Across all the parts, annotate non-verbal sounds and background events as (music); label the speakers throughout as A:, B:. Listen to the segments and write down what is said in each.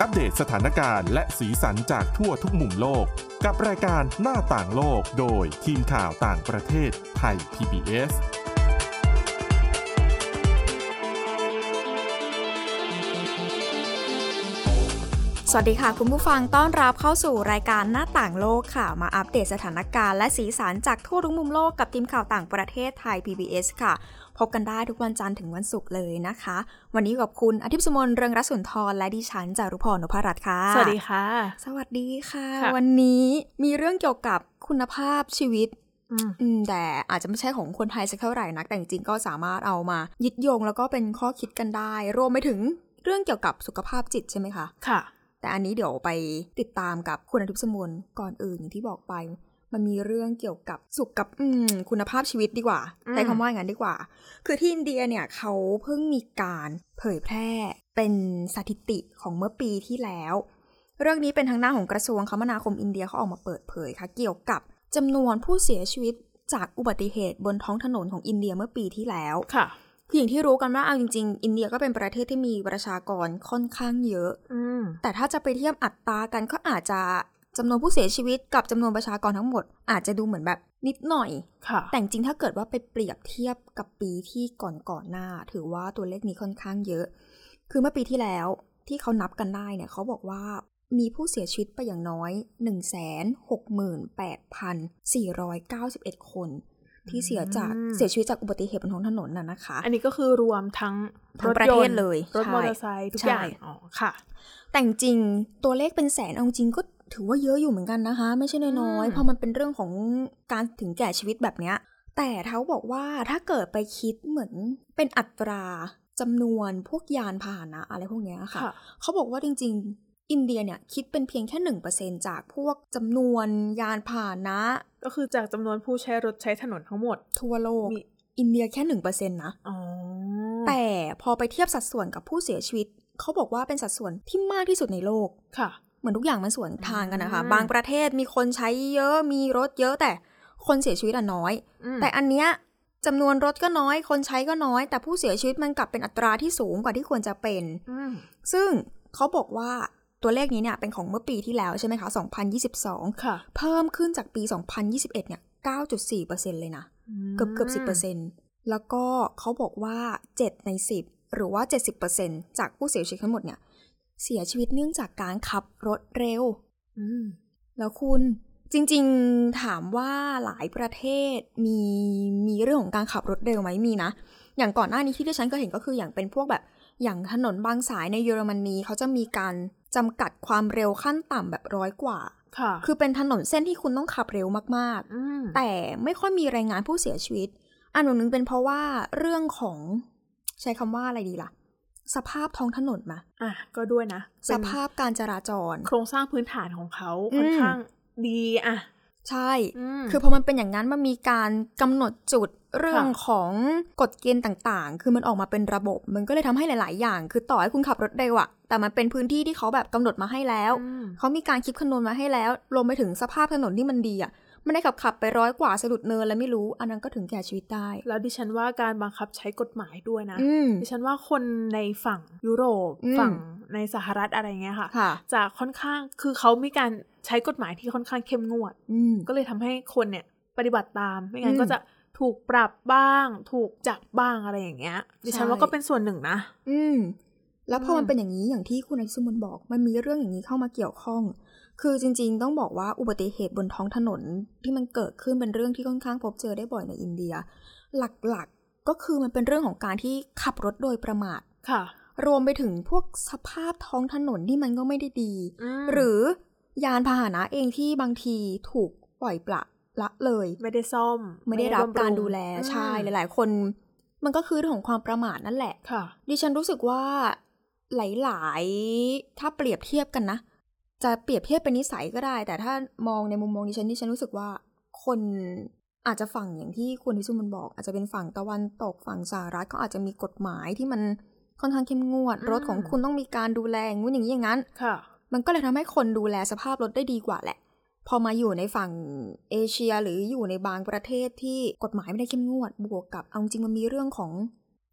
A: อัปเดตสถานการณ์และสีสันจากทั่วทุกมุมโลก กับรายการหน้าต่างโลกโดยทีมข่าวต่างประเทศไทย PBS
B: สวัสดีค่ะ คุณผู้ฟังต้อนรับเข้าสู่รายการหน้าต่างโลกค่ะ มาอัปเดตสถานการณ์และสีสันจากทั่วทุกมุมโลกกับทีมข่าวต่างประเทศไทย PBS ค่ะ พบกันได้ทุกวันจันทร์ถึงวันศุกร์เลยนะคะ วันนี้อยู่กับคุณอาทิตย์สมนเรืองรัศนทรและดิฉันจารุพรนพรัตน์ค่ะ
C: สวัสดีค่ะ
B: สวัสดีค่ะ
C: ค่ะ
B: วันนี้มีเรื่องเกี่ยวกับคุณภาพชีวิต
C: อืม
B: อืมแต่อาจจะไม่ใช่ของคนไทยสักเท่าไหร่นัก แต่จริงๆก็สามารถเอามายึดโยงแล้วก็เป็นข้อคิดกันได้ รวมไปถึงเรื่องเกี่ยวกับสุขภาพจิตใช่ไหมคะ
C: ค่ะ
B: แต่อันนี้เดี๋ยวไปติดตามกับคุณอาทิตย์สมุนก่อนอื่นอย่างที่บอกไป มันมีเรื่องเกี่ยวกับสุขกับอืมคุณภาพชีวิตดีกว่า
C: อืม
B: ใช้คำว่าอย่างนั้นดีกว่า คือที่อินเดียเนี่ยเขาเพิ่งมีการเผยแพร่เป็นสถิติของเมื่อปีที่แล้ว เรื่องนี้เป็นทางหน้าของกระทรวงคมนาคมอินเดียเขาออกมาเปิดเผยค่ะ เกี่ยวกับจำนวนผู้เสียชีวิตจากอุบัติเหตุบนท้องถนนของอินเดียเมื่อปีที่แล้ว
C: ค่ะ
B: คืออย่างที่รู้กันว่าเอาจริงๆ อินเดียก็เป็นประเทศที่มีประชากรค่อนข้างเยอะ
C: อืม
B: แต่ถ้าจะไปเทียบอัตรากันก็อาจจะจำนวนผู้เสียชีวิตกับจำนวนประชากรทั้งหมด อาจจะดูเหมือนแบบนิดหน่อย
C: ค่ะ
B: แต่จริงๆถ้าเกิดว่าไปเปรียบเทียบกับปีที่ก่อนๆหน้า ถือว่าตัวเลขนี้ค่อนข้างเยอะ คือเมื่อปีที่แล้วที่เขานับกันได้เนี่ยเขาบอกว่ามีผู้เสียชีวิตไปอย่างน้อย 168,491 คน ที่เสียจาก
C: อืม
B: เสียชีวิตจากอุบัติเหตุบนท้องถนนน่ะนะคะ
C: อันนี้ก็คือรวมทั้ง
B: ทั้งประเทศเลย
C: รถ
B: ใช่
C: มอเตอร์ไซค์ทุกอย่าง
B: ใช่
C: อ๋อ ค่ะ
B: แต่จริงๆตัวเลขเป็นแสนเอาจริงก็ถือว่าเยอะอยู่เหมือนกันนะคะ ไม่ใช่น้อย
C: อื
B: ๆ
C: ม
B: พอมันเป็นเรื่องของการถึงแก่ชีวิตแบบเนี้ย แต่เขาบอกว่าถ้าเกิดไปคิดเหมือนเป็นอัตราจำนวนพวกยานพาหนะอะไรพวกเนี้ยค่ะ เขาบอกว่าจริงๆ อินเดียเนี่ยคิดเป็นเพียงแค่หนึ่งเปอร์เซจากพวกจำนวนยานพาหนะ
C: ก็คือจากจำนวนผู้ใช้รถใช้ถนนทั้งหมด
B: ทั่วโลก
C: มี
B: อินเดียแค่หนึ่งเปอร์เซนะ
C: อ๋อ
B: แต่พอไปเทียบสัดส่วนกับผู้เสียชีวิต เขาบอกว่าเป็นสัดส่วนที่มากที่สุดในโลก
C: ค่ะ
B: เหมือนทุกอย่างมันสวนทางกันนะคะ
C: อืม
B: บางประเทศมีคนใช้เยอะ มีรถเยอะแต่คนเสียชีวิตอะน้อย
C: อืม
B: แต่อันเนี้ยจำนวนรถก็น้อย คนใช้ก็น้อย แต่ผู้เสียชีวิตมันกลับเป็นอัตราที่สูงกว่าที่ควรจะเป็น
C: อืม
B: ซึ่งเขาบอกว่าตัวเลขนี้เนี่ยเป็นของเมื่อปีที่แล้วใช่ไหมคะ 2022
C: ค่ะ
B: เพิ่มขึ้นจากปี 2021 เนี่ย 9.4%เลยนะ เกือบเกือบสิบเปอร์เซ็นแล้วก็เขาบอกว่า 7 ใน 10 หรือว่า 70%จากผู้เสียชีวิตทั้งหมดเนี่ย เสียชีวิตเนื่องจากการขับรถเร็ว
C: อืม
B: แล้วคุณจริงๆถามว่าหลายประเทศมีมีเรื่องของการขับรถเร็วไหมมีนะ อย่างก่อนหน้านี้ที่ดิฉันก็เห็นก็คืออย่างเป็นพวกแบบอย่างถนนบางสายในเยอรมนีเขาจะมีการจำกัดความเร็วขั้นต่ำแบบร้อยกว่า
C: ค่ะ
B: คือเป็นถนนเส้นที่คุณต้องขับเร็วมาก
C: อืม
B: ๆ แต่ไม่ค่อยมีรายงานผู้เสียชีวิต อันหนึ่งเป็นเพราะว่าเรื่องของใช้คำว่าอะไรดีล่ะ สภาพท้องถนนมา
C: อ่ะ ก็ด้วยนะ
B: ส
C: เป็น
B: ภาพการจราจร
C: โครงสร้างพื้นฐานของเขา
B: อืม
C: ค่อนข้างดีอ่ะ
B: ใช่
C: ม
B: คือพอมันเป็นอย่างนั้นมันมีการกำหนดจุดเรื่องของกฎเกณฑ์ต่างๆ คือมันออกมาเป็นระบบ มันก็เลยทำให้หลาย ๆ อย่าง คือต่อให้คุณขับรถเร็วอะแต่มันเป็นพื้นที่ที่เขาแบบกำหนดมาให้แล้ว
C: อืม
B: เขามีการคิดคำนวณมาให้แล้วรวมไปถึงสภาพถนนที่มันดีอะไม่ได้ขับขับไปร้อยกว่าสะดุดเนินแล้วไม่รู้ อันนั้นก็ถึงแก่ชีวิตได้
C: แล้วดิฉันว่าการบังคับใช้กฎหมายด้วยนะ
B: อืม
C: ดิฉันว่าคนในฝั่งยุโรป
B: อืม
C: ฝั่งในสหรัฐอะไรเงี้ยค่ะ
B: ค่ะ
C: จะค่อนข้างคือเขามีการใช้กฎหมายที่ค่อนข้างเข้มงวด
B: อืม
C: ก็เลยทำให้คนเนี่ยปฏิบัติตาม ไม่งั้
B: อื
C: น
B: ม
C: ก็จะถูกปรับบ้าง ถูกจับบ้างอะไรอย่างเงี้ย ดิฉัน
B: ใช่
C: ว่าก็เป็นส่วนหนึ่งนะ
B: อืม แล้วพอ
C: อืม
B: มันเป็นอย่างนี้อย่างที่คุณอภิสมนบอก มันมีเรื่องอย่างนี้เข้ามาเกี่ยวข้อง คือจริงๆ ต้องบอกว่าอุบัติเหตุบนท้องถนนที่มันเกิดขึ้นเป็นเรื่องที่ค่อนข้างพบเจอได้บ่อยในอินเดีย หลักๆก็คือมันเป็นเรื่องของการที่ขับรถโดยประมาท
C: ค่ะ
B: รวมไปถึงพวกสภาพท้องถนนที่มันก็ไม่ได้ดี
C: ม
B: หรือยานพาหนะเองที่บางทีถูกปล่อยปละละเลย
C: ไม่ได้ซ่อม
B: ไม่ได้รับการดูแล
C: อืม
B: ใช่หลาย ๆ คน มันก็คือเรื่องของความประมาทนั่นแหละ
C: ค่ะ
B: ดิฉันรู้สึกว่าหลายๆ ถ้าเปรียบเทียบกันนะ จะเปรียบเทียบเป็นนิสัยก็ได้ แต่ถ้ามองในมุมมองดิฉันดิฉันรู้สึกว่าคนอาจจะฝั่งอย่างที่คุณพิสุมันบอก อาจจะเป็นฝั่งตะวันตกฝั่งสหรัฐก็อาจจะมีกฎหมายที่มันค่อนข้างเข้มงวด
C: อืม
B: รถของคุณต้องมีการดูแลอย่างงู้นอย่างนี้อย่างนั้น
C: ค่ะ
B: มันก็เลยทำให้คนดูแลสภาพรถได้ดีกว่าแหละ พอมาอยู่ในฝั่งเอเชียหรืออยู่ในบางประเทศที่กฎหมายไม่ได้เข้มงวด บวกกับเอาจริงมันมีเรื่องของ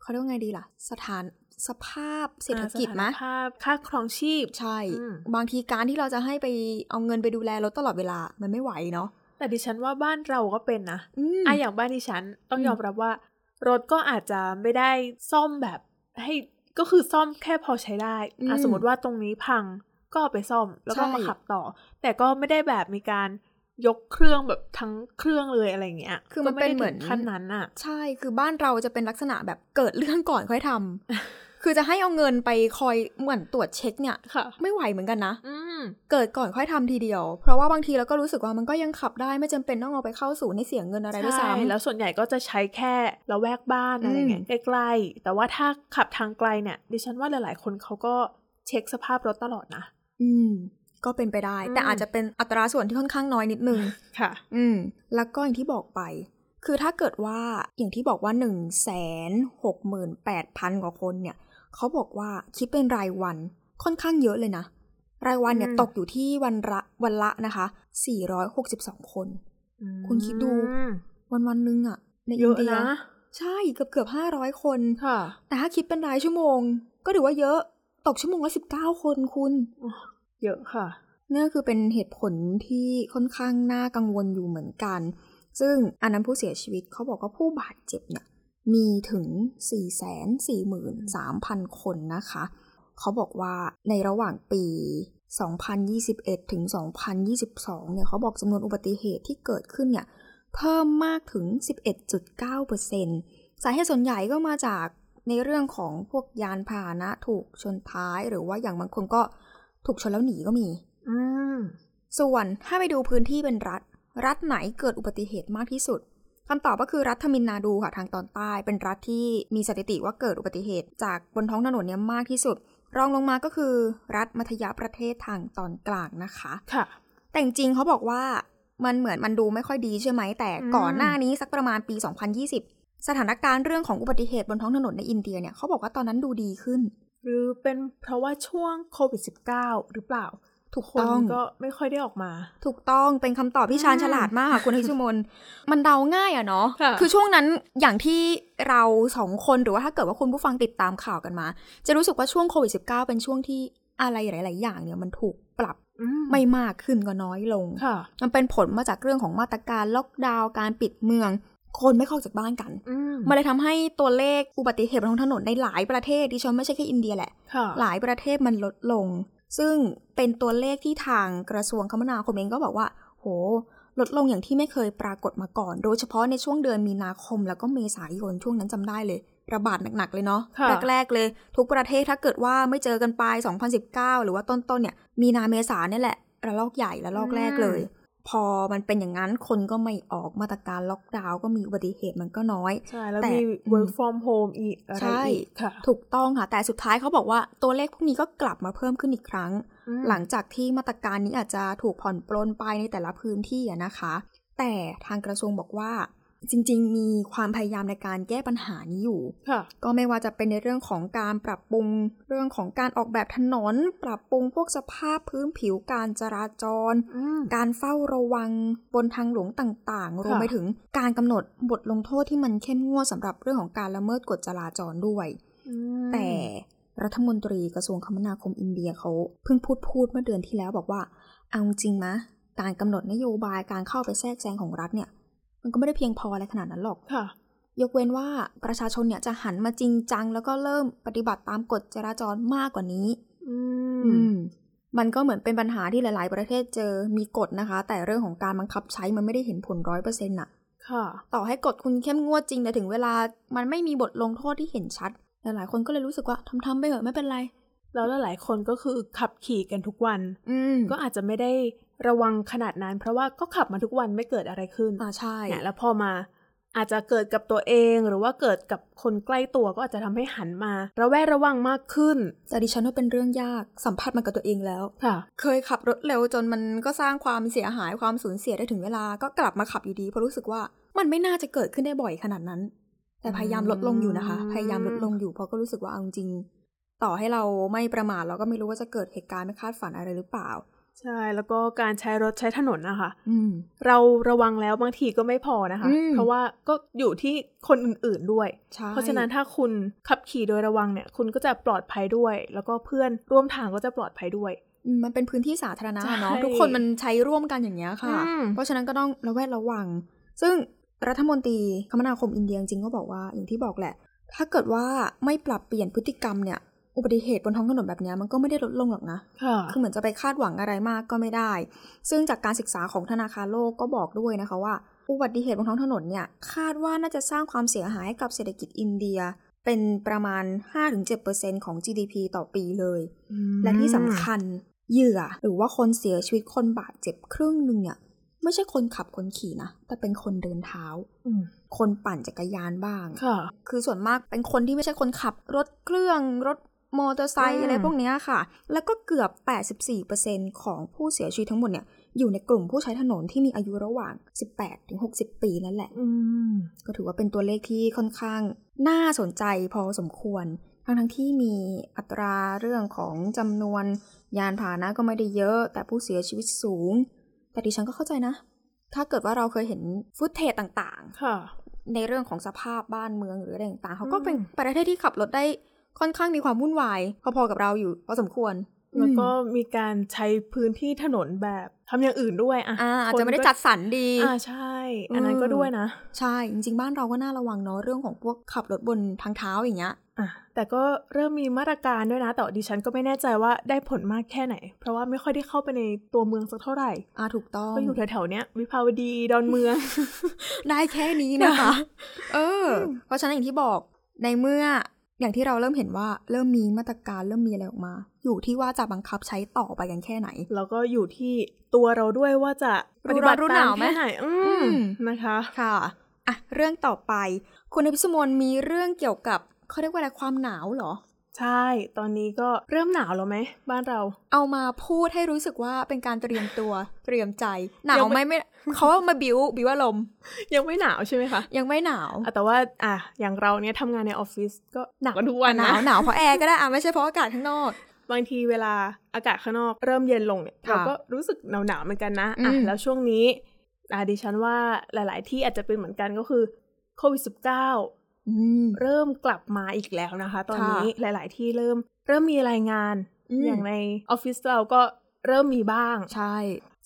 B: เขาเรียกว่าไงดีล่ะ สถาน สภาพเศรษฐกิจไหม
C: อ่าสถานภาพค่าครองชีพ
B: ใช่
C: อืม
B: บางทีการที่เราจะให้ไปเอาเงินไปดูแลรถตลอดเวลามันไม่ไหวเนาะ
C: แต่ดิฉันว่าบ้านเราก็เป็นนะ
B: อืม
C: อ่ะอย่างบ้านดิฉันต้อง
B: อืม
C: ยอมรับว่า รถก็อาจจะไม่ได้ซ่อมแบบให้ก็คือซ่อมแค่พอใช้ได้อ่ะสมมติว่าตรงนี้พังก็เอาไปซ่อมแล้วก็มาขับต่อ แต่ก็ไม่ได้แบบมีการยกเครื่องแบบทั้งเครื่องเลยอะไรอย่างเงี้ย
B: คือมันเป็นเหมือน
C: ก็ไได้ถึงขั้นนั้นอ่ะ
B: ใช่ คือบ้านเราจะเป็นลักษณะแบบเกิดเรื่องก่อนค่อยทำ คือจะให้เอาเงินไปคอยเหมือนตรวจเช็คเนี่ย
C: ค่ะ
B: ไม่ไหวเหมือนกันนะ
C: อืม
B: เกิดก่อนค่อยทำทีเดียว เพราะว่าบางทีเราก็รู้สึกว่ามันก็ยังขับได้ไม่จำเป็นต้องเอาไปเข้าศูนย์ให้เสียเงินอะไรด้วยซ้ำ
C: แล้วส่วนใหญ่ก็จะใช้แค่ละแวกบ้าน
B: อืม
C: อะไรเงี้ยใกล้ๆ แต่ว่าถ้าขับทางไกลเนี่ย ดิฉันว่าหลายๆ คนเขาก็เช็คสภาพรถตลอดนะ
B: อืม ก็เป็นไปได้
C: อืม
B: แต่อาจจะเป็นอัตราส่วนที่ค่อนข้างน้อยนิดนึง
C: ค่ะ
B: อืม แล้วก็อย่างที่บอกไป คือถ้าเกิดว่าอย่างที่บอกว่า1นึ่งแสนหกหมื่นแปดพันกว่าคนเนี่ยเขาบอกว่าคิดเป็นรายวันค่อนข้างเยอะเลยนะ รายวันเนี่ย
C: อืม
B: ตกอยู่ที่วันละวันละนะคะ 462 คน คุณคิดดู วันวันๆหนึงอะใน
C: เย
B: อิน
C: อะ
B: เดีย
C: นะ
B: ใช่เกือบเกือบห้าร้อยคน
C: ค่ะ
B: แต่ถ้าคิดเป็นรายชั่วโมง ก็ถือว่าเยอะตกชั่วโมงละสิบเก้าคนคุณ
C: เยอะค่ะ
B: นี่นคือเป็นเหตุผลที่ค่อนข้างน่ากังวลอยู่เหมือนกัน ซึ่งอันนั้นผู้เสียชีวิตเขาบอกว่าผู้บาดเจ็บเนี่ยมีถึง 443,000 คนนะคะ เขาบอกว่าในระหว่างปี 2021 ถึง 2022 เนี่ยเขาบอกจำนวนอุบัติเหตุที่เกิดขึ้นเนี่ยเพิ่มมากถึง 11.9%สาเหตุส่วนใหญ่ก็มาจากในเรื่องของพวกยานพาหนะถูกชนท้าย หรือว่าอย่างบางคนก็ถูกชนแล้วหนีก็มี
C: อืม
B: ส่วนถ้าไปดูพื้นที่เป็นรัฐ รัฐไหนเกิดอุบัติเหตุมากที่สุดคำตอบก็คือรัฐทมินนาดูค่ะทางตอนใต้ เป็นรัฐที่มีสถิติว่าเกิดอุบัติเหตุ จากบนท้องถนนเนี่ยมากที่สุด รองลงมาก็คือ รัฐมัธยประเทศทางตอนกลางนะคะ
C: ค่ะ
B: แต่จริงๆเขาบอกว่ามันเหมือนมันดูไม่ค่อยดีใช่ไหม แต่
C: อืม
B: ก่อนหน้านี้สักประมาณปี 2020 สถานการณ์เรื่องของอุบัติเหตุบนท้องถนนในอินเดียเนี่ยเขาบอกว่าตอนนั้นดูดีขึ้น
C: หรือเป็นเพราะว่าช่วงโควิด -19 หรือเปล่า ทุกค
B: ต้
C: น
B: อง
C: ก็ไม่ค่อยได้ออกมา
B: ถูกต้องเป็นคำตอบที่ชาญ
C: อืม
B: ฉลาดมากค่ะคุณนิชมน มันเดาง่ายอะเนาะ
C: ค่ะ
B: คือช่วงนั้นอย่างที่เราสองคนหรือว่าถ้าเกิดว่าคุณผู้ฟังติดตามข่าวกันมา จะรู้สึกว่าช่วงโควิด -19 เป็นช่วงที่อะไรหลาย ๆ อย่างเนี่ยมันถูกปรับ
C: อื
B: ไม่มากขึ้นก็น้อยลง
C: ค่ะ
B: มันเป็นผลมาจากเรื่องของมาตรการล็อกดาวน์การปิดเมือง คนไม่เข้าจากบ้านกัน
C: อืม
B: มันเลยทำให้ตัวเลขอุบัติเหตุบนท้องถนนในหลายประเทศดิฉันไม่ใช่แค่อินเดียแหละ
C: ค่ะ
B: หลายประเทศมันลดลง ซึ่งเป็นตัวเลขที่ทางกระทรวงคมนาคมเองก็บอกว่า โห ลดลงอย่างที่ไม่เคยปรากฏมาก่อน โดยเฉพาะในช่วงเดือนมีนาคมแล้วก็เมษายนช่วงนั้นจำได้เลย ระบาดหนัก ๆ เลยเนาะ
C: ค่ะ
B: แรก ๆ เลย ทุกประเทศถ้าเกิดว่าไม่เจอกันปลาย 2019 หรือว่าต้น ๆ เนี่ย มีนาเมษาเนี่ยแหละ ระลอกใหญ่ระลอกแรกเลย พอมันเป็นอย่างนั้นคนก็ไม่ออกมาตรการล็อกดาวน์ก็มีอุบัติเหตุมันก็น้อย
C: ใช่ แล้ว
B: แต่
C: มี
B: อืม
C: work from home อีกอะไร
B: ใช่
C: อีกค่ะ
B: ถูกต้องค่ะ แต่สุดท้ายเขาบอกว่าตัวเลขพวกนี้ก็กลับมาเพิ่มขึ้นอีกครั้ง
C: อืม
B: หลังจากที่มาตรการนี้อาจจะถูกผ่อนปลนไปในแต่ละพื้นที่อะนะคะ แต่ทางกระทรวงบอกว่า จริง ๆ มีความพยายามในการแก้ปัญหานี้อยู่
C: ค่ะ
B: ก็ไม่ว่าจะเป็นในเรื่องของการปรับปรุงเรื่องของการออกแบบถนน ปรับปรุงพวกสภาพพื้นผิวการจราจร
C: อืม
B: การเฝ้าระวังบนทางหลวงต่างๆ รวมไปถึงการกำหนดบทลงโทษที่มันเข้มงวดสำหรับเรื่องของการละเมิดกฎจราจรด้วย
C: อืม
B: แต่รัฐมนตรีกระทรวงคมนาคมอินเดียเขาเพิ่งพูดพูดเมื่อเดือนที่แล้วบอกว่า เอาจริงนะการกำหนดนโยบายการเข้าไปแทรกแซงของรัฐเนี่ย มันก็ไม่ได้เพียงพออะไรขนาดนั้นหรอก
C: ค่ะ
B: ยกเว้นว่าประชาชนเนี่ยจะหันมาจริงจัง แล้วก็เริ่มปฏิบัติตามกฎจราจรมากกว่านี้
C: อื
B: อื
C: ม
B: มมันก็เหมือนเป็นปัญหาที่หลาย ๆ ประเทศเจอมีกฎนะคะ แต่เรื่องของการบังคับใช้มันไม่ได้เห็นผลร้อยเปอร์เซ็นต์ะ
C: ค่ะ
B: ต่อให้กดคุณเข้มงวดจริงแต่ถึงเวลามันไม่มีบทลงโทษที่เห็นชัด หลายๆคนก็เลยรู้สึกว่าทำๆไปเถอะไม่เป็นไร
C: แล้วหลายๆคนก็คือขับขี่กันทุกวัน
B: อืม
C: ก็อาจจะไม่ได้ระวังขนาดนั้น เพราะว่าก็ขับมาทุกวันไม่เกิดอะไรขึ้น
B: อ่าใช่
C: เนี่ยแล้วพอมา อาจจะเกิดกับตัวเองหรือว่าเกิดกับคนใกล้ตัวก็อาจจะทำให้หันมา ระแวดระวังมากขึ้น
B: แต่ดิฉันว่าเป็นเรื่องยากสัมผัสมันกับตัวเองแล้ว
C: ค่ะ
B: เคยขับรถเร็วจนมันก็สร้างความเสียหายความสูญเสียได้ถึงเวลาก็กลับมาขับอยู่ดีเพราะรู้สึกว่ามันไม่น่าจะเกิดขึ้นได้บ่อยขนาดนั้น แต่พยายามลดลงอยู่นะคะ
C: อืม
B: พยายามลดลงอยู่เพราะก็รู้สึกว่าเอาจริงๆต่อให้เราไม่ประมาทเราก็ไม่รู้ว่าจะเกิดเหตุการณ์ไม่คาดฝันอะไรหรือเปล่า
C: ใช่แล้วก็การใช้รถใช้ถนนนะคะ
B: อืม
C: เราระวังแล้วบางทีก็ไม่พอนะคะ
B: อืม
C: เพราะว่าก็อยู่ที่คนอื่นๆด้วย
B: ใช่
C: เพราะฉะนั้นถ้าคุณขับขี่โดยระวังเนี่ย คุณก็จะปลอดภัยด้วย แล้วก็เพื่อนร่วมทางก็จะปลอดภัยด้วย
B: อืมมันเป็นพื้นที่สาธารณะ
C: ใช่
B: เนาะทุกคนมันใช้ร่วมกันอย่างเงี้ยค่ะ
C: อืม
B: เพราะฉะนั้นก็ต้องระแวดระวัง ซึ่งรัฐมนตรีคมนาคมอินเดียจริงๆก็บอกว่าอย่างที่บอกแหละ ถ้าเกิดว่าไม่ปรับเปลี่ยนพฤติกรรมเนี่ยอุบัติเหตุบนท้องถนนแบบเนี้ยมันก็ไม่ได้ลดลงหรอกนะ
C: ค่ะ
B: คือเหมือนจะไปคาดหวังอะไรมากก็ไม่ได้ ซึ่งจากการศึกษาของธนาคารโลกก็บอกด้วยนะคะว่า อุบัติเหตุบนท้องถนนเนี่ย คาดว่าน่าจะสร้างความเสียหายให้กับเศรษฐกิจอินเดีย เป็นประมาณ 5-7%ของ GDP ต่อปีเลย และที่สำคัญเหยื่อหรือว่าคนเสียชีวิตคนบาดเจ็บครึ่งหนึ่งเนี่ย ไม่ใช่คนขับคนขี่นะ แต่เป็นคนเดินเท้า
C: อืม
B: คนปั่นจักรยานบ้าง
C: ค่ะ
B: คือส่วนมากเป็นคนที่ไม่ใช่คนขับรถเครื่องรถมอเตอร์ไซ
C: อื
B: ค์
C: ม
B: อะไรพวกเนี้ยค่ะ แล้วก็เกือบ 84%ของผู้เสียชีวิตทั้งหมดเนี่ย อยู่ในกลุ่มผู้ใช้ถนนที่มีอายุระหว่าง 18 ถึง 60 ปีนั่นแหละ
C: อืม
B: ก็ถือว่าเป็นตัวเลขที่ค่อนข้างน่าสนใจพอสมควร ทั้งทั้งๆที่มีอัตราเรื่องของจำนวนยานพาหนะก็ไม่ได้เยอะ แต่ผู้เสียชีวิตสูง แต่ดิฉันก็เข้าใจนะ ถ้าเกิดว่าเราเคยเห็นฟุตเทจต่างๆ
C: ค่ะ
B: ในเรื่องของสภาพบ้านเมืองหรืออะไรต่างๆเขาก็
C: อืม
B: เป็นประเทศที่ขับรถได้ค่อนข้างมีความวุ่นวายพอๆกับเราอยู่พอสมควร
C: แล้วก็มีการใช้พื้นที่ถนนแบบทำอย่างอื่นด้วยอ่ะ
B: อ่าอาจ
C: คน
B: จะไม่ได้
C: ก็
B: จัดสรรดี
C: อ่าใช่ อันนั้นก็
B: อืม
C: ด้วยนะ
B: ใช่จริงๆ บ้านเราก็น่าระวังเนาะเรื่องของพวกขับรถบนทางเท้าอย่างเงี้ย
C: อ่ะแต่ก็เริ่มมีมาตรการด้วยนะ แต่ดิฉันก็ไม่แน่ใจว่าได้ผลมากแค่ไหน เพราะว่าไม่ค่อยได้เข้าไปในตัวเมืองสักเท่าไหร่
B: อ่าถูกต้อง
C: ก็อยู่แถวๆเนี้ยวิภาวดีดอนเมือง (laughs)
B: ได้แค่นี้นะคะ เออ เพราะฉะนั้นอย่างที่บอกในเมื่ออย่างที่เราเริ่มเห็นว่าเริ่มมีมาตรการเริ่มมีอะไรออกมา อยู่ที่ว่าจะบังคับใช้ต่อไปกันแค่ไหน
C: แล้วก็อยู่ที่ตัวเราด้วยว่าจะปฏิบัติ
B: รู้ร้อนรู้ห
C: ตาม
B: นาวไหม
C: แค่ไหนอื
B: อื
C: ม
B: ม
C: นะคะ
B: ค่ะ อ่ะ เรื่องต่อไป คุณอภิสมนมีเรื่องเกี่ยวกับเขาเรียกว่าอะไรความหนาวเหรอ
C: ใช่ ตอนนี้ก็เริ่มหนาวแล้วไหมบ้านเรา
B: เอามาพูดให้รู้สึกว่าเป็นการเตรียมตัว เตรียมใจ หนาว
C: ยัง
B: ไห
C: ไม่
B: มไม่เขาเอามาบิวบิวอารมณ์
C: ยังไม่หนาวใช่ไหมคะ
B: ยังไม่หนาว
C: อ่ะแต่ว่าอ่ะอย่างเราเนี้ยทำงานในออฟฟิศก็หนาวทุกวัน
B: หนา
C: นะ
B: วหนาวเพราะแอร์ก็ได้อ่ะไม่ใช่เพราะอากาศข้างนอก
C: บางทีเวลาอากาศข้างนอกเริ่มเย็นลงเนี่ย
B: ค่ะ
C: เราก็รู้สึกหนาวหนาวๆเหมือนกันนะอ่ะ
B: อืม
C: แล้วช่วงนี้อ่ะดิฉันว่าหลาย ๆ ที่อาจจะเป็นเหมือนกันก็คือโควิด -19
B: อืม
C: เริ่มกลับมาอีกแล้วนะคะ ตอน
B: ค่ะ
C: นี้หลาย ๆ ที่เริ่มเริ่มมีรายงาน
B: อืม
C: อย่างในออฟฟิศเราก็เริ่มมีบ้าง
B: ใช่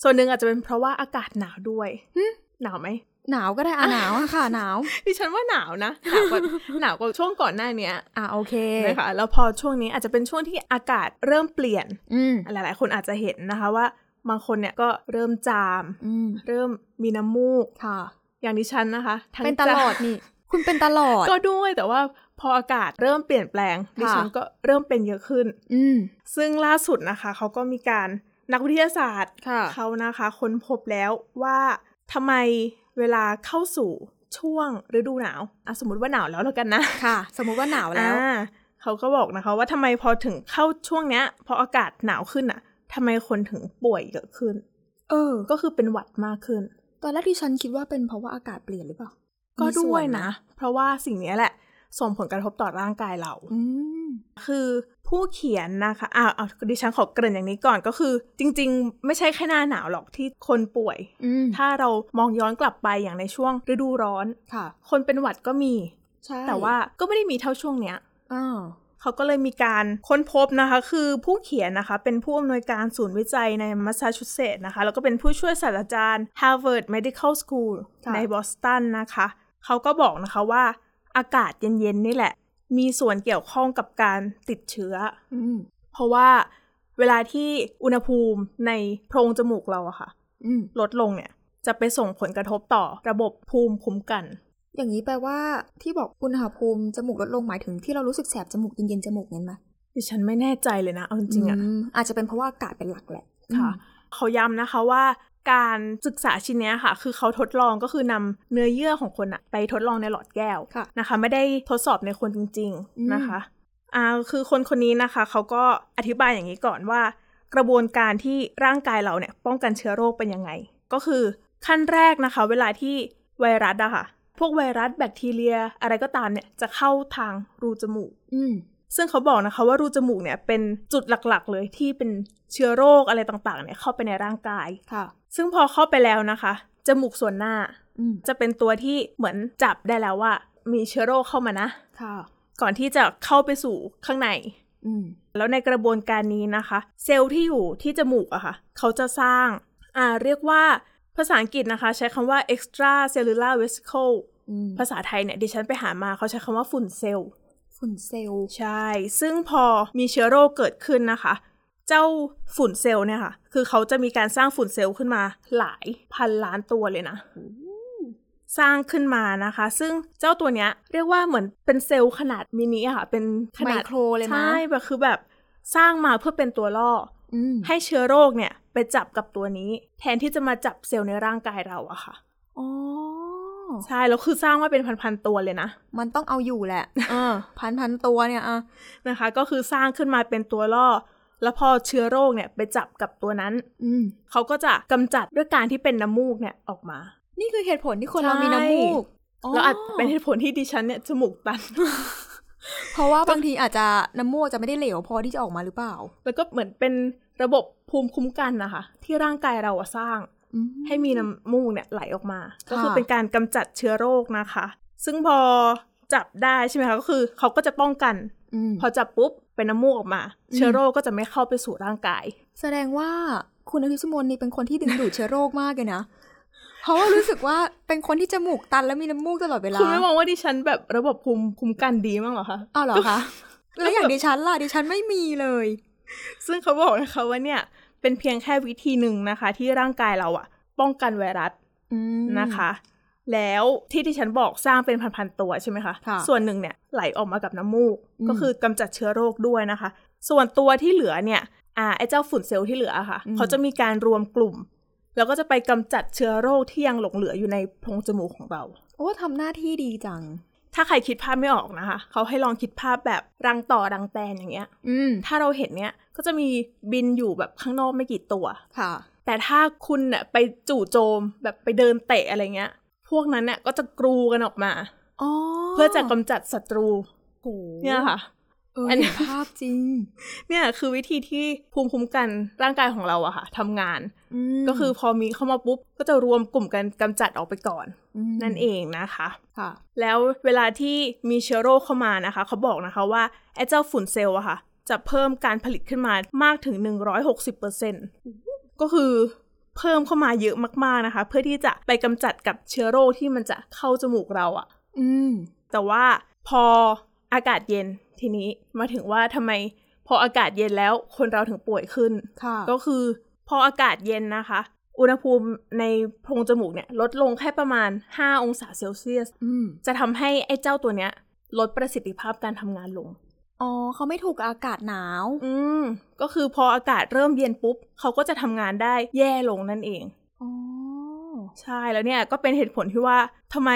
C: ส่วนหนึ่งอาจจะเป็นเพราะว่าอากาศหนาวด้วย
B: หึ
C: หนาวไหม
B: หนาวก็ได้อ่ะหนาวอะค่ะหนาว
C: ดิฉันว่าหนาว
B: (laughs)
C: นะ หนาวกว่าหนาวกว่าช่วงก่อนหน้าเนี้ย
B: อ่ะโอเค
C: นะคะแล้วพอช่วงนี้อาจจะเป็นช่วงที่อากาศเริ่มเปลี่ยน
B: อืม
C: หลาย ๆ คนอาจจะเห็นนะคะว่าบางคนเนี่ยก็เริ่มจาม
B: อืม
C: เริ่มมีน้ำมูก
B: ค่ะ
C: อย่างดิฉันนะคะทั้ง
B: เป็นตลอด
C: จาม
B: นี่ คุณเป็นตลอด
C: ก็ด้วยแต่ว่าพออากาศเริ่มเปลี่ยนแปลงดิ
B: ค่ะ
C: ฉันก็เริ่มเป็นเยอะขึ้น
B: อืม
C: ซึ่งล่าสุดนะคะเขาก็มีการนักวิทยาศาสตร์
B: ค่ะ
C: เขานะคะค้นพบแล้วว่าทำไมเวลาเข้าสู่ช่วงฤดูหนาวอ่ะสมมติว่าหนาวแล้วแล้วกันนะ
B: ค่ะ สมมุติว่าหนาวแล้ว
C: อ่าเขาก็บอกนะคะ ว่าทำไมพอถึงเข้าช่วงเนี้ย พออากาศหนาวขึ้นอ่ะทำไมคนถึงป่วยเยอะขึ้น
B: เออ
C: ก็คือเป็นหวัดมากขึ้น
B: ตอนแรกที่ฉันคิดว่าเป็นเพราะว่าอากาศเปลี่ยนหรือเปล่า
C: ก็
B: มีส่
C: ด้วยนะ เพราะว่าสิ่งเนี้ยแหละ ส่งผลกระทบต่อร่างกายเรา
B: อืม
C: คือผู้เขียนนะคะอ้าวเอาดิฉันขอเกริ่นอย่างนี้ก่อนก็คือ จริง ๆ ไม่ใช่แค่หน้าหนาวหรอกที่คนป่วย
B: อืม
C: ถ้าเรามองย้อนกลับไปอย่างในช่วงฤดูร้อน
B: ค่ะ
C: คนเป็นหวัดก็มี
B: ใช่
C: แต่ว่าก็ไม่ได้มีเท่าช่วงเนี้ย
B: อ้าว
C: เขาก็เลยมีการค้นพบนะคะ คือผู้เขียนนะคะ เป็นผู้อำนวยการศูนย์วิจัยในมัสซาชูเซตส์นะคะ แล้วก็เป็นผู้ช่วยศาสตราจารย์ Harvard Medical School
B: ะ
C: ในบอสตันนะคะ เขาก็บอกนะคะว่า อากาศเย็นๆนี่แหละ มีส่วนเกี่ยวข้องกับการติดเชื้อ
B: อืม
C: เพราะว่าเวลาที่อุณหภูมิในโพรงจมูกเราอะค่ะ
B: อืม
C: ลดลงเนี่ย จะไปส่งผลกระทบต่อระบบภูมิคุ้มกัน
B: อย่างนี้แปลว่าที่บอกอุณหภูมิจมูกลดลงหมายถึงที่เรารู้สึกแสบจมูกเย็นๆจมูกนั้นไหม
C: ดิฉันไม่แน่ใจเลยนะ เอาจริงๆอะ
B: มอาจจะเป็นเพราะว่าอากาศเป็นหลักแหละ
C: ค่ะ เขาย้ำนะคะว่าการศึกษาชิ้นเนี้ยค่ะ คือเขาทดลองก็คือนำเนื้อเยื่อของคนอะไปทดลองในหลอดแก้ว
B: ค่ะ
C: นะคะ ไม่ได้ทดสอบในคนจริง
B: อืม
C: ๆนะคะอ่าคือคนคนนี้นะคะ เขาก็อธิบายอย่างนี้ก่อนว่า กระบวนการที่ร่างกายเราเนี่ย ป้องกันเชื้อโรคเป็นยังไง ก็คือขั้นแรกนะคะ เวลาที่ไวรัสอะค่ะ พวกไวรัสแบคทีเรียอะไรก็ตามเนี่ยจะเข้าทางรูจมูก
B: อืม
C: ซึ่งเขาบอกนะคะว่ารูจมูกเนี่ยเป็นจุดหลักๆ เลยที่เป็นเชื้อโรคอะไรต่างๆเนี่ยเข้าไปในร่างกาย
B: ค่ะ
C: ซึ่งพอเข้าไปแล้วนะคะ จมูกส่วนหน้า
B: อืม
C: จะเป็นตัวที่เหมือนจับได้แล้วว่า มีเชื้อโรคเข้ามานะ
B: ค่ะ
C: ก่อนที่จะเข้าไปสู่ข้างใน
B: อืม
C: แล้วในกระบวนการนี้นะคะ เซลล์ที่อยู่ที่จมูกอะค่ะ เขาจะสร้างอ่าเรียกว่าภาษาอังกฤษนะคะ ใช้คำว่า extra cellular vesicle
B: อืม
C: ภาษาไทยเนี่ยดิฉันไปหามาเขาใช้คำว่าฝุ่นเซลล์
B: ฝุ่นเซลล์
C: ใช่ ซึ่งพอมีเชื้อโรคเกิดขึ้นนะคะ เจ้าฝุ่นเซลล์เนี่ยค่ะ คือเขาจะมีการสร้างฝุ่นเซลล์ขึ้นมาหลายพันล้านตัวเลยนะ สร้างขึ้นมานะคะ ซึ่งเจ้าตัวเนี้ยเรียกว่าเหมือนเป็นเซลล์ขนาดมินิอะค่ะ เป็นขนาด
B: ไมโครเลยนะ
C: ใช่แบบคือแบบสร้างมาเพื่อเป็นตัวล่อ
B: อืม
C: ให้เชื้อโรคเนี่ยไปจับกับตัวนี้ แทนที่จะมาจับเซลล์ในร่างกายเราอะค่ะ
B: อ๋อ
C: ใช่ แล้วคือสร้างมาเป็นพันๆตัวเลยนะ
B: มันต้องเอาอยู่แหละ
C: เออ
B: พันพันตัวเนี่ยอะ
C: นะคะก็คือสร้างขึ้นมาเป็นตัวล่อ แล้วพอเชื้อโรคเนี่ยไปจับกับตัวนั้น
B: อืม
C: เขาก็จะกำจัดด้วยการที่เป็นน้ำมูกเนี่ยออกมา
B: นี่คือเหตุผลที่คน
C: ใช่
B: เรามีน้ำมูก
C: แล้วอาจเป็นเหตุผลที่ดิฉันเนี่ยจมูกตัน (laughs)
B: เพราะว่าบางทีอาจจะน้ำมูกจะไม่ได้เหลวพอที่จะออกมาหรือเปล่า
C: แล้วก็เหมือนเป็นระบบภูมิคุ้มกันนะคะ ที่ร่างกายเราอะสร้าง
B: อืม
C: ให้มีน้ำมูกเนี่ยไหลออกมา ก็คือ
B: ค่ะ
C: เป็นการกำจัดเชื้อโรคนะคะ ซึ่งพอจับได้ใช่ไหมคะก็คือเขาก็จะป้องกัน
B: อืม
C: พอจับปุ๊บเป็นน้ำมูกออกมา เชื้อ
B: ม
C: อโรคก็จะไม่เข้าไปสู่ร่างกาย
B: แสดงว่าคุณอาทิตย์สมนนี่เป็นคนที่ดึงดูดเชื้อโรคมากเลยนะ เพราะว่ารู้สึกว่าเป็นคนที่จมูกตันและมีน้ำมูกตลอดเวลา
C: คุณไม่มองว่าดิฉันแบบระบบภูมิคุ้มกันดีมั้างเหรอคะ
B: อ้าวเหรอคะ แล้วอย่างดิฉันล่ะดิฉันไม่มีเลย
C: ซึ่งเขาบอกนะคะว่าเนี่ยเป็นเพียงแค่วิธีหนึ่งนะคะ ที่ร่างกายเราอะป้องกันไวรัส
B: อืม
C: นะคะ แล้วที่ที่ฉันบอกสร้างเป็นพันๆตัวใช่ไหมคะ
B: ค่ะ
C: ส่วนหนึ่งเนี่ยไหลออกมากับน้ำมูก
B: อืม
C: ก็คือกำจัดเชื้อโรคด้วยนะคะ ส่วนตัวที่เหลือเนี่ยอ่าไอ้เจ้าฝุ่นเซลล์ที่เหลืออะค่ะ เขาจะมีการรวมกลุ่ม แล้วก็จะไปกำจัดเชื้อโรคที่ยังหลงเหลืออยู่ในโพรงจมูกของเรา
B: โอ้ทำหน้าที่ดีจัง
C: ถ้าใครคิดภาพไม่ออกนะคะ เขาให้ลองคิดภาพแบบรังต่อรังแตนอย่างเงี้ย
B: อืม
C: ถ้าเราเห็นเนี่ยก็จะมีบินอยู่แบบข้างนอกไม่กี่ตัว
B: ค่ะ
C: แต่ถ้าคุณน่ะไปจู่โจมแบบไปเดินเตะอะไรเงี้ย พวกนั้นน่ะก็จะกรูกันออกมา
B: อ๋อ
C: เพื่อจะกำจัดศัตรู
B: โอ้
C: เนี่ยค่ะ
B: เออ
C: อั
B: อั
C: น
B: น
C: นี้
B: นี้ภาพจริง
C: เนี่ยคือวิธีที่ภูมิคุ้มกันร่างกายของเราอะค่ะทำงาน
B: ม
C: ก็คือพอมีเข้ามาปุ๊บก็จะรวมกลุ่มกันกำจัดออกไปก่อน
B: ม
C: นั่นเองนะคะ
B: ค่ะ
C: แล้วเวลาที่มีเชื้อโรคเข้ามานะคะ เขาบอกนะคะว่าไอ้เจ้าฝุ่นเซลล์อะค่ะ จะเพิ่มการผลิตขึ้นมามากถึง 160%ก็คือเพิ่มเข้ามาเยอะมากๆนะคะ เพื่อที่จะไปกำจัดกับเชื้อโรคที่มันจะเข้าจมูกเราอะ
B: อืม
C: แต่ว่าพออากาศเย็นทีนี้มาถึงว่าทำไมพออากาศเย็นแล้วคนเราถึงป่วยขึ้น
B: ค่ะ
C: ก็คือพออากาศเย็นนะคะ อุณหภูมิในโพรงจมูกเนี่ยลดลงแค่ประมาณ 5 องศาเซลเซียส
B: อืม
C: จะทำให้ไอ้เจ้าตัวเนี้ย ลดประสิทธิภาพการทำงานลง
B: อ๋อเขาไม่ถูกกับอากาศหนาว
C: อืม ก็คือพออากาศเริ่มเย็นปุ๊บ เขาก็จะทำงานได้แย่ลงนั่นเอง
B: อ๋อ
C: ใช่แล้วเนี่ยก็เป็นเหตุผลที่ว่าทำไม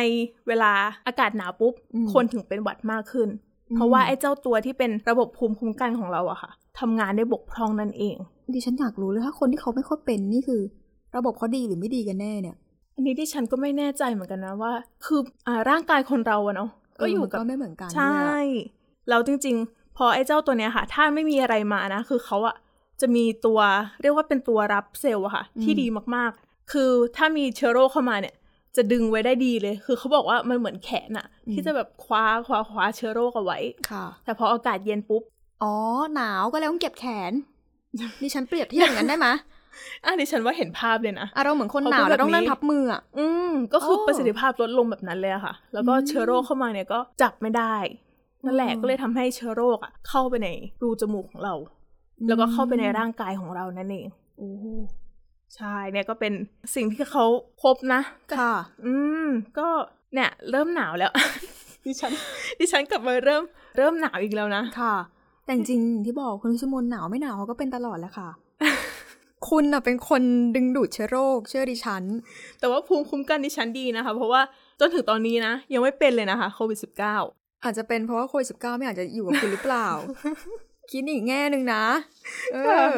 C: เวลาอากาศหนาวปุ๊บ
B: อืม
C: คนถึงเป็นหวัดมากขึ้น
B: อืม
C: เพราะว่าไอ้เจ้าตัวที่เป็นระบบภูมิคุ้มกันของเราอะค่ะทำงานได้บกพร่องนั่นเอง
B: ดิฉันอยากรู้เลยถ้าคนที่เขาไม่ค่อยเป็นนี่คือ ระบบเขาดีหรือไม่ดีกันแน่เนี่ย
C: อันนี้ที่ฉันก็ไม่แน่ใจเหมือนกันนะว่า คืออ่าร่างกายคนเราอะเนาะก็อยู่กับ
B: เมันก็ไม่เหมือนกัน
C: ใช่
B: ด้วยอะ
C: แล้วจริงๆ พอไอ้เจ้าตัวเนี้ยค่ะ ถ้าไม่มีอะไรมานะ คือเขาอะจะมีตัวเรียกว่าเป็นตัวรับเซลล์อะค่ะ ที่ดีมากๆ คือถ้ามีเชื้อโรคเข้ามาเนี่ย จะดึงไว้ได้ดีเลย คือเขาบอกว่ามันเหมือนแขนอะที่จะแบบคว้าคว้าคว้าเชื้อโรคเอาไว้
B: ค่ะ
C: แต่พออากาศเย็นปุ๊บ
B: อ๋อ หนาวก็เลยต้องเก็บแขน ดิฉันเปรียบเทียบอย่างนั้น (laughs) ได้ไหมย
C: อ่ะดิฉันว่าเห็นภาพเลยนะ
B: อารมณ์เหมือนคนหนา
C: เขาพู
B: ว
C: ด
B: แล้วต้อง
C: แบบนี้
B: นั่งทับมืออะ
C: อืม ก็คือ
B: โอ้
C: ประสิทธิภาพลดลงแบบนั้นเลยอะค่ะ แล้วก็
B: อืม
C: เชื้อโรคเข้ามาเนี่ยก็จับไม่ได้ นั่นแหละ
B: อืม
C: ก็เลยทำให้เชื้อโรคอะเข้าไปในรูจมูกของเรา แล้วก็เข้าไปในร่างกายของเรานั่นเอง
B: โอ้โห
C: ใช่เนี่ยก็เป็นสิ่งที่เขาพบนะ
B: ค่ะ
C: อืม ก็เนี่ยเริ่มหนาวแล้ว (laughs) ดิฉันดิฉันกลับมาเริ่มเริ่มหนาวอีกแล้วนะ
B: ค่ะ แต่จริงๆอย่างที่บอกคุณวิชมนหนาวไม่หนาวเขาก็เป็นตลอดแหละ
C: (laughs)
B: ค่ะ คุณน่ะเป็นคนดึงดูดเชื้อโรค เชื่อดิฉัน
C: แต่ว่าภูมิคุ้มกันดิฉันดีนะคะ เพราะว่าจนถึงตอนนี้นะ ยังไม่เป็นเลยนะคะโควิด -19
B: อาจจะเป็นเพราะว่าโควิดสิบเก้าไม่อาจจะอยู่กับคุณหรือเป
C: (laughs)
B: ล่า คิดอีกแง่หนึ่งนะ เออ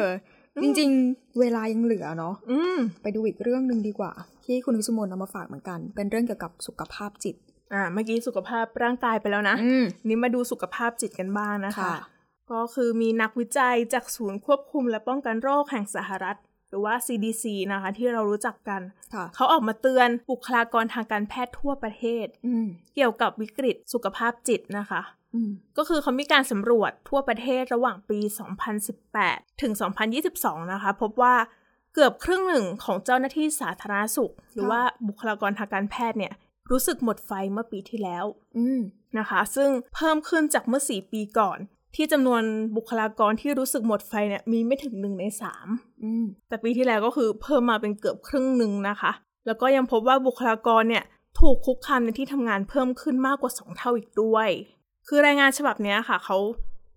B: จริงๆ เวลายังเหลือเนาะ
C: อืม
B: ไปดูอีกเรื่องหนึ่งดีกว่า ที่คุณวิสมนเอามาฝากเหมือนกัน เป็นเรื่องเกี่ยวกับสุขภาพจิต
C: อ่าเมื่อกี้สุขภาพร่างกายไปแล้วนะ
B: อืม
C: นี่มาดูสุขภาพจิตกันบ้างนะคะ
B: ค่ะ
C: ก็คือมีนักวิจัยจากศูนย์ควบคุมและป้องกันโรคแห่งสหรัฐ หรือว่า CDC นะคะ ที่เรารู้จักกัน
B: ค่ะ
C: เขาออกมาเตือนบุคลากรทางการแพทย์ทั่วประเทศ
B: อืม
C: เกี่ยวกับวิกฤตสุขภาพจิตนะคะ
B: อืม
C: ก็คือเขามีการสำรวจทั่วประเทศระหว่างปี 2018 ถึง 2022 นะคะ พบว่าเกือบครึ่งหนึ่งของเจ้าหน้าที่สาธารณสุข หรือ
B: ค่ะ
C: ว่าบุคลากรทางการแพทย์เนี่ย รู้สึกหมดไฟเมื่อปีที่แล้ว
B: อืม
C: นะคะ ซึ่งเพิ่มขึ้นจากเมื่อ 4 ปีก่อน ที่จำนวนบุคลากรที่รู้สึกหมดไฟเนี่ยมีไม่ถึง 1 ใน
B: อืม
C: 3 แต่ปีที่แล้วก็คือเพิ่มมาเป็นเกือบครึ่งหนึ่งนะคะ แล้วก็ยังพบว่าบุคลากรเนี่ยถูกคุกคามในที่ทำงานเพิ่มขึ้นมากกว่า 2 เท่าอีกด้วย คือรายงานฉบับเนี้ยค่ะ เขา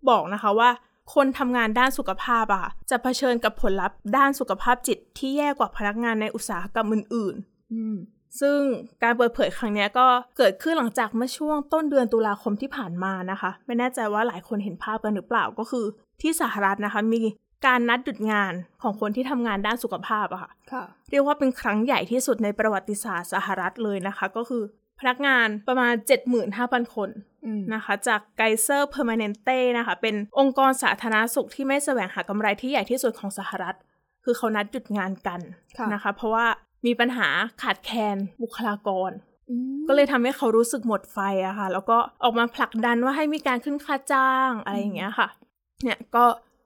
C: บอกนะคะว่า คนทำงานด้านสุขภาพอะค่ะจะเผชิญกับผลลัพธ์ด้านสุขภาพจิตที่แย่กว่าพนักงานในอุตสาหกรรมอื่น ๆ
B: อืม
C: ซึ่งการเปิดเผยครั้งเนี้ยก็เกิดขึ้นหลังจากเมื่อช่วงต้นเดือนตุลาคมที่ผ่านมานะคะ ไม่แน่ใจว่าหลายคนเห็นภาพกันหรือเปล่าก็คือ ที่สหรัฐนะคะมีการนัดหยุดงานของคนที่ทำงานด้านสุขภาพอะค่ะ
B: ค่ะ
C: เรียกว่าเป็นครั้งใหญ่ที่สุดในประวัติศาสตร์สหรัฐเลยนะคะ ก็คือพนักงานประมาณ 75,000 คน
B: อืม
C: นะคะจากไกเซอร์เพอร์มาน e นเต้นะคะ เป็นองค์กรสาธารณสุขที่ไม่แสวงหากำไรที่ใหญ่ที่สุดของสหรัฐ คือเขานัดหยุดงานกัน
B: ค่ะ
C: นะคะ เพราะว่ามีปัญหาขาดแคลนบุคลากร
B: อืม
C: ก็เลยทำให้เขารู้สึกหมดไฟอะค่ะ แล้วก็ออกมาผลักดันว่าให้มีการขึ้นค่าจ้างอะไรอย่างเงี้ยค่ะ เนี่ยก็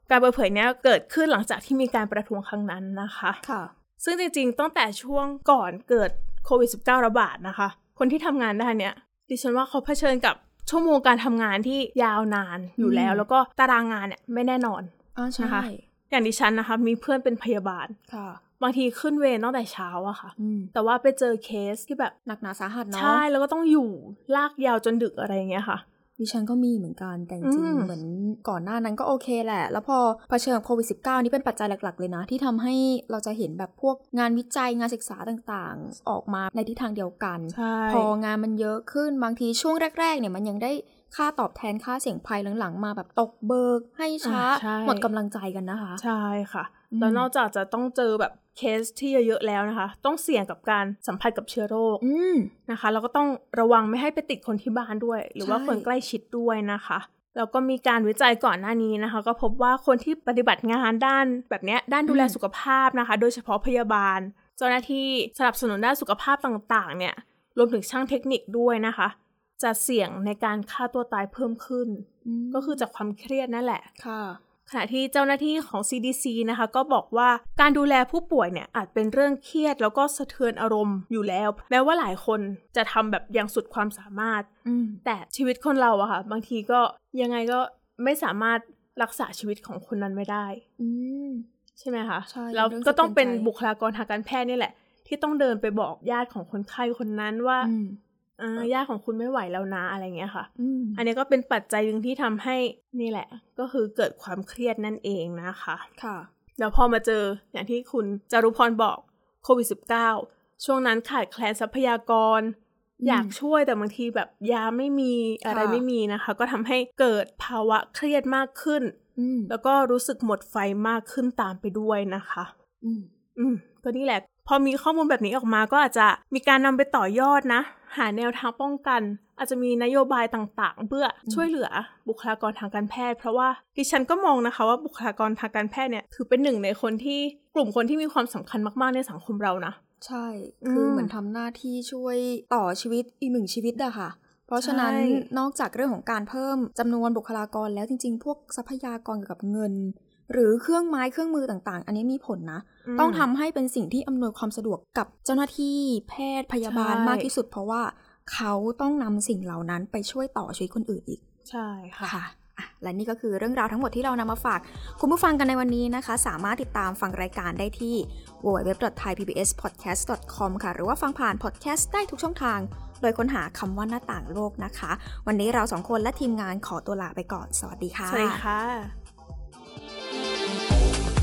C: การเปิดเผยเนี้ยเกิดขึ้นหลังจากที่มีการประท้วงครั้งนั้นนะคะ
B: ค่ะ
C: ซึ่งจริงๆ ตั้งแต่ช่วงก่อนเกิดโควิด -19 ระบาดนะคะ คนที่ทำงานได้เนี่ย ดิฉันว่าเขาเผชิญกับชั่วโมงการทำงานที่ยาวนานอยู่แล้ว
B: อืม
C: แล้วก็ตารางงานเนี่ยไม่แน่นอน
B: อ่าใช่
C: นะคะ อย่างดิฉันนะคะ มีเพื่อนเป็นพยาบาล
B: ค่ะ
C: บางทีขึ้นเวรตั้งแต่เช้าอะค่ะ
B: อืม
C: แต่ว่าไปเจอเคสที่แบบ
B: หนักหนาสาหัสเนาะ
C: ใช่แล้วก็ต้องอยู่ลากยาวจนดึกอะไรอย่างเงี้ยค่ะ
B: ดิฉันก็มีเหมือนกันแต่จริง
C: อืม
B: ๆเหมือนก่อนหน้านั้นก็โอเคแหละ แล้วพอเผชิญกับโควิด -19 นี่เป็นปัจจัยหลัก ๆ เลยนะ ที่ทำให้เราจะเห็นแบบพวกงานวิจัยงานศึกษาต่างๆ ออกมาในทิศทางเดียวกัน
C: ใช่
B: พองานมันเยอะขึ้นบางทีช่วงแรก ๆ เนี่ยมันยังได้ค่าตอบแทนค่าเสี่ยงภัยหลัง ๆ มาแบบตกเบิก ให้ช้า
C: อ่าใช่
B: หมดกำลังใจกันนะคะ
C: ใช่ค่ะ
B: อืม
C: แล้วนอกจากจะต้องเจอแบบเคสที่เยอะๆแล้วนะคะ ต้องเสี่ยงกับการสัมผัสกับเชื้อโรค
B: อืม
C: นะคะแล้วก็ต้องระวังไม่ให้ไปติดคนที่บ้านด้วย หรือว่า
B: ใช่
C: คนใกล้ชิดด้วยนะคะแล้วก็มีการวิจัยก่อนหน้านี้นะคะ ก็พบว่าคนที่ปฏิบัติงานด้านแบบเนี้ยด้านดูแลสุขภาพนะคะ โดยเฉพาะพยาบาล เจ้าหน้าที่สนับสนุนด้านสุขภาพต่างๆ เนี่ยรวมถึงช่างเทคนิคด้วยนะคะ จะเสี่ยงในการฆ่าตัวตายเพิ่มขึ้น
B: ม
C: ก็คือจากความเครียดนั่นแหละ
B: ค่ะ
C: ขณะที่เจ้าหน้าที่ของ CDC นะคะ ก็บอกว่าการดูแลผู้ป่วยเนี่ยอาจเป็นเรื่องเครียดแล้วก็สะเทือนอารมณ์อยู่แล้ว แม้ว่าหลายคนจะทำแบบอย่างสุดความสามารถ
B: อืม
C: แต่ชีวิตคนเราอะค่ะ บางทีก็ยังไงก็ไม่สามารถรักษาชีวิตของคนนั้นไม่ได้
B: อืม
C: ใช่ไหมคะ
B: ใช่
C: แล้ว
B: เป็นเรื่อง
C: ก็ต้องเป็น
B: สะเทือนใจ
C: บุคลากรทางการแพทย์นี่แหละ ที่ต้องเดินไปบอกญาติของคนไข้คนนั้นว่า
B: อืม
C: อ่าญาติของคุณไม่ไหวแล้วนะอะไรอย่างเงี้ยค่ะ
B: อืม
C: อันนี้ก็เป็นปัจจัยหนึ่งที่ทำให้นี่แหละ ก็คือเกิดความเครียดนั่นเองนะคะ
B: ค่ะ
C: แล้วพอมาเจออย่างที่คุณจารุพรบอกโควิด -19 ช่วงนั้นขาดแคลนทรัพยากร
B: อืม
C: อยากช่วยแต่บางทีแบบยาไม่มีอะไร
B: ค่ะ
C: ไม่มีนะคะ ก็ทำให้เกิดภาวะเครียดมากขึ้น
B: อืม
C: แล้วก็รู้สึกหมดไฟมากขึ้นตามไปด้วยนะคะ
B: อืม
C: อืมก็นี่แหละ พอมีข้อมูลแบบนี้ออกมาก็อาจจะมีการนำไปต่อยอดนะ หาแนวทางป้องกัน อาจจะมีนโยบายต่างๆ เพื่ออ
B: ม
C: ช่วยเหลือบุคลากรทางการแพทย์ เพราะว่าดิฉันก็มองนะคะว่าบุคลากรทางการแพทย์เนี่ยถือเป็นหนึ่งในคนที่กลุ่มคนที่มีความสำคัญมากๆในสังคมเรานะ
B: ใช่ คืออ
C: ม
B: เหมือนทำหน้าที่ช่วยต่อชีวิตอีกหนึ่งชีวิตอะค่ะ เพราะฉะนั้น
C: ใช่
B: นอกจากเรื่องของการเพิ่มจำนวนบุคลากรแล้วจริง ๆ พวกทรัพยากรเกี่ยวกับเงิน หรือเครื่องไม้เครื่องมือต่างๆ อันนี้มีผลนะ
C: ม
B: ต้องทำให้เป็นสิ่งที่อำนวยความสะดวกกับเจ้าหน้าที่แพทย์พยาบาล
C: ใช่
B: มากที่สุด เพราะว่าเขาต้องนำสิ่งเหล่านั้นไปช่วยต่อชีวิตคนอื่นอีก
C: ใช่ค่ะ
B: ค่ะอ่ะ และนี่ก็คือเรื่องราวทั้งหมดที่เรานำมาฝาก คุณผู้ฟังกันในวันนี้นะคะ สามารถติดตามฟังรายการได้ที่ www.thaipbspodcast.com ค่ะ หรือว่าฟังผ่านพอดแคสต์ได้ทุกช่องทาง โดยค้นหาคำว่าหน้าต่างโลกนะคะ วันนี้เราสองคนและทีมงานขอตัวลาไปก่อน สวัสดีค่ะ
C: สวัสดีค่ะ